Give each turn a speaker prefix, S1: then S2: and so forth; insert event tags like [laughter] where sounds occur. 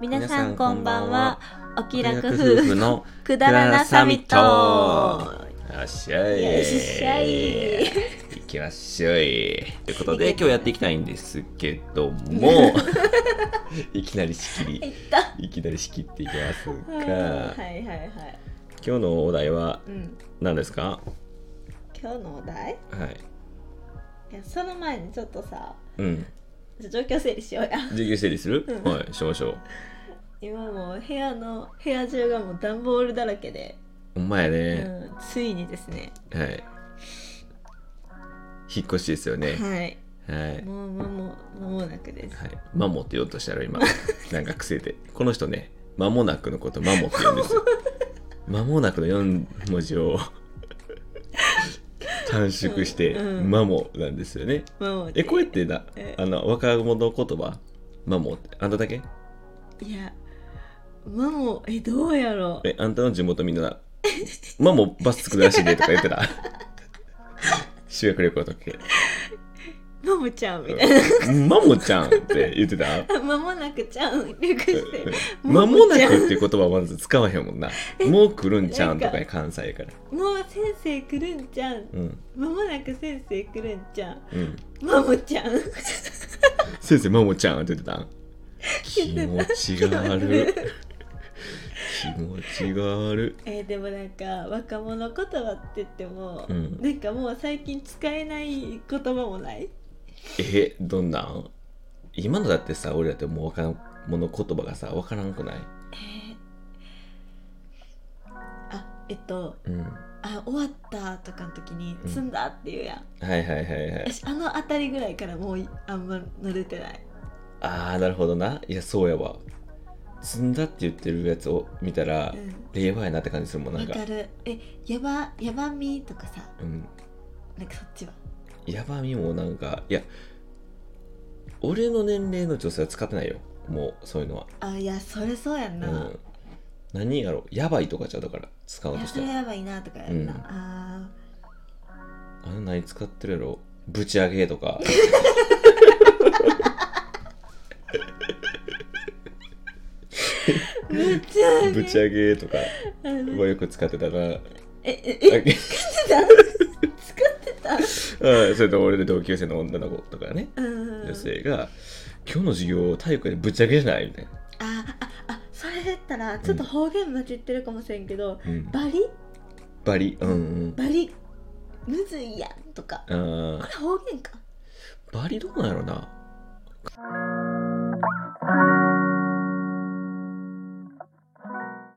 S1: 皆さんこんばんは。お気
S2: 気
S1: 楽
S2: 楽
S1: 夫
S2: 夫婦
S1: 婦
S2: の
S1: のくだらなサミット。
S2: よっしゃい
S1: よっしゃい
S2: 行きましょういということで今日やっていきたいんですけど
S1: [laughs]
S2: もいきなり仕切
S1: いっ
S2: り
S1: た。
S2: いきなり仕切っていきますが、
S1: はいはいはい。
S2: 今日のお題は
S1: うん。
S2: 何ですか
S1: 今日のお題
S2: はい
S1: いやその前にちょっとさ、
S2: うん
S1: 状況整理しようや。
S2: 授業整理する、
S1: うん
S2: はい少々
S1: 今もう部屋の、部屋中がもう段ボールだらけで、
S2: ほんまや
S1: う
S2: ね、
S1: ん、ついにですね。
S2: はい引っ越しですよね
S1: はい。
S2: はい
S1: もう間も間もなくです。
S2: はい、マモって言おうとした
S1: [laughs]
S2: ら今なんか癖でこの人ね「間もなく」のこと「マモ」って言うんで
S1: [laughs]
S2: すよ「間もなく」の4文字を短縮して
S1: うんう
S2: 「
S1: ん
S2: マモ」なんですよね
S1: マモ
S2: えこれってな
S1: え
S2: あの若者の言葉「マモ」ってあんただけ
S1: いや、マモえどうやろう。
S2: えあんたの地元みんな「マモバスつくらしいで」とか言ってた
S1: [laughs]
S2: 修学旅行の時 [laughs]
S1: マモちゃんみたい
S2: うん「マモちゃん」って言ってた
S1: な。 [laughs] 間もなくちゃん略して。
S2: 間もな
S1: ちゃん
S2: くっていう言葉はまず使わへんもんな。もう来るんちゃうんとかや関西やから。
S1: もう先生くるんちゃん。
S2: うん。
S1: まもなく先生くるんちゃん。
S2: うん。
S1: マモちゃん。 [laughs]
S2: 先生、マモちゃんって言ってた気持ちが悪い。気持ちが悪
S1: えーでもなんか若者言葉って言っても、
S2: うん
S1: なんかもう最近使えない言葉もない
S2: い。え、どんなん今のだってさ、俺だってもうわからん、もの言葉がさ、わからんくない
S1: あえっと
S2: うん。は
S1: あ終わったとかの時に
S2: うん
S1: 積んだって言うやん、
S2: いはいはいはい。
S1: 私あの辺りぐらいからもういあんま慣れてない
S2: あー、なるほどな。いや、そうやわ。積んだって言ってるやつを見たら、
S1: う
S2: 令和やなって感じするもん、
S1: ん
S2: な
S1: わ
S2: んか
S1: か。るえやばやばみとかさ
S2: うん。
S1: なんかそっちは
S2: やばみもなんかいや俺の年齢の女性は使ってないよもうそういうのは、
S1: あいやそれそうやん
S2: う
S1: な、
S2: ん、何やろやばいとかじゃうだから使おう
S1: い
S2: と
S1: や
S2: した
S1: それ
S2: ら
S1: やばいなとかやんな、
S2: うん
S1: あ
S2: あれ何使ってるやろぶち上げとか
S1: ーぶち上げ
S2: ぶち上げとか
S1: あの
S2: はよく使ってたなあ
S1: えええ使って
S2: [laughs]
S1: た使って
S2: それと俺で同級生の女の子とかね
S1: たうん
S2: 女性が「今日の授業体育でぶち上げじゃない?」みたいな、
S1: あああそれだったらちょっと方言混じってるかもしれんけど、
S2: うん、
S1: バリ
S2: バリうんうん
S1: バリむずいやんとか
S2: あ
S1: こ
S2: ー
S1: れ方言か
S2: バリどうなんやろな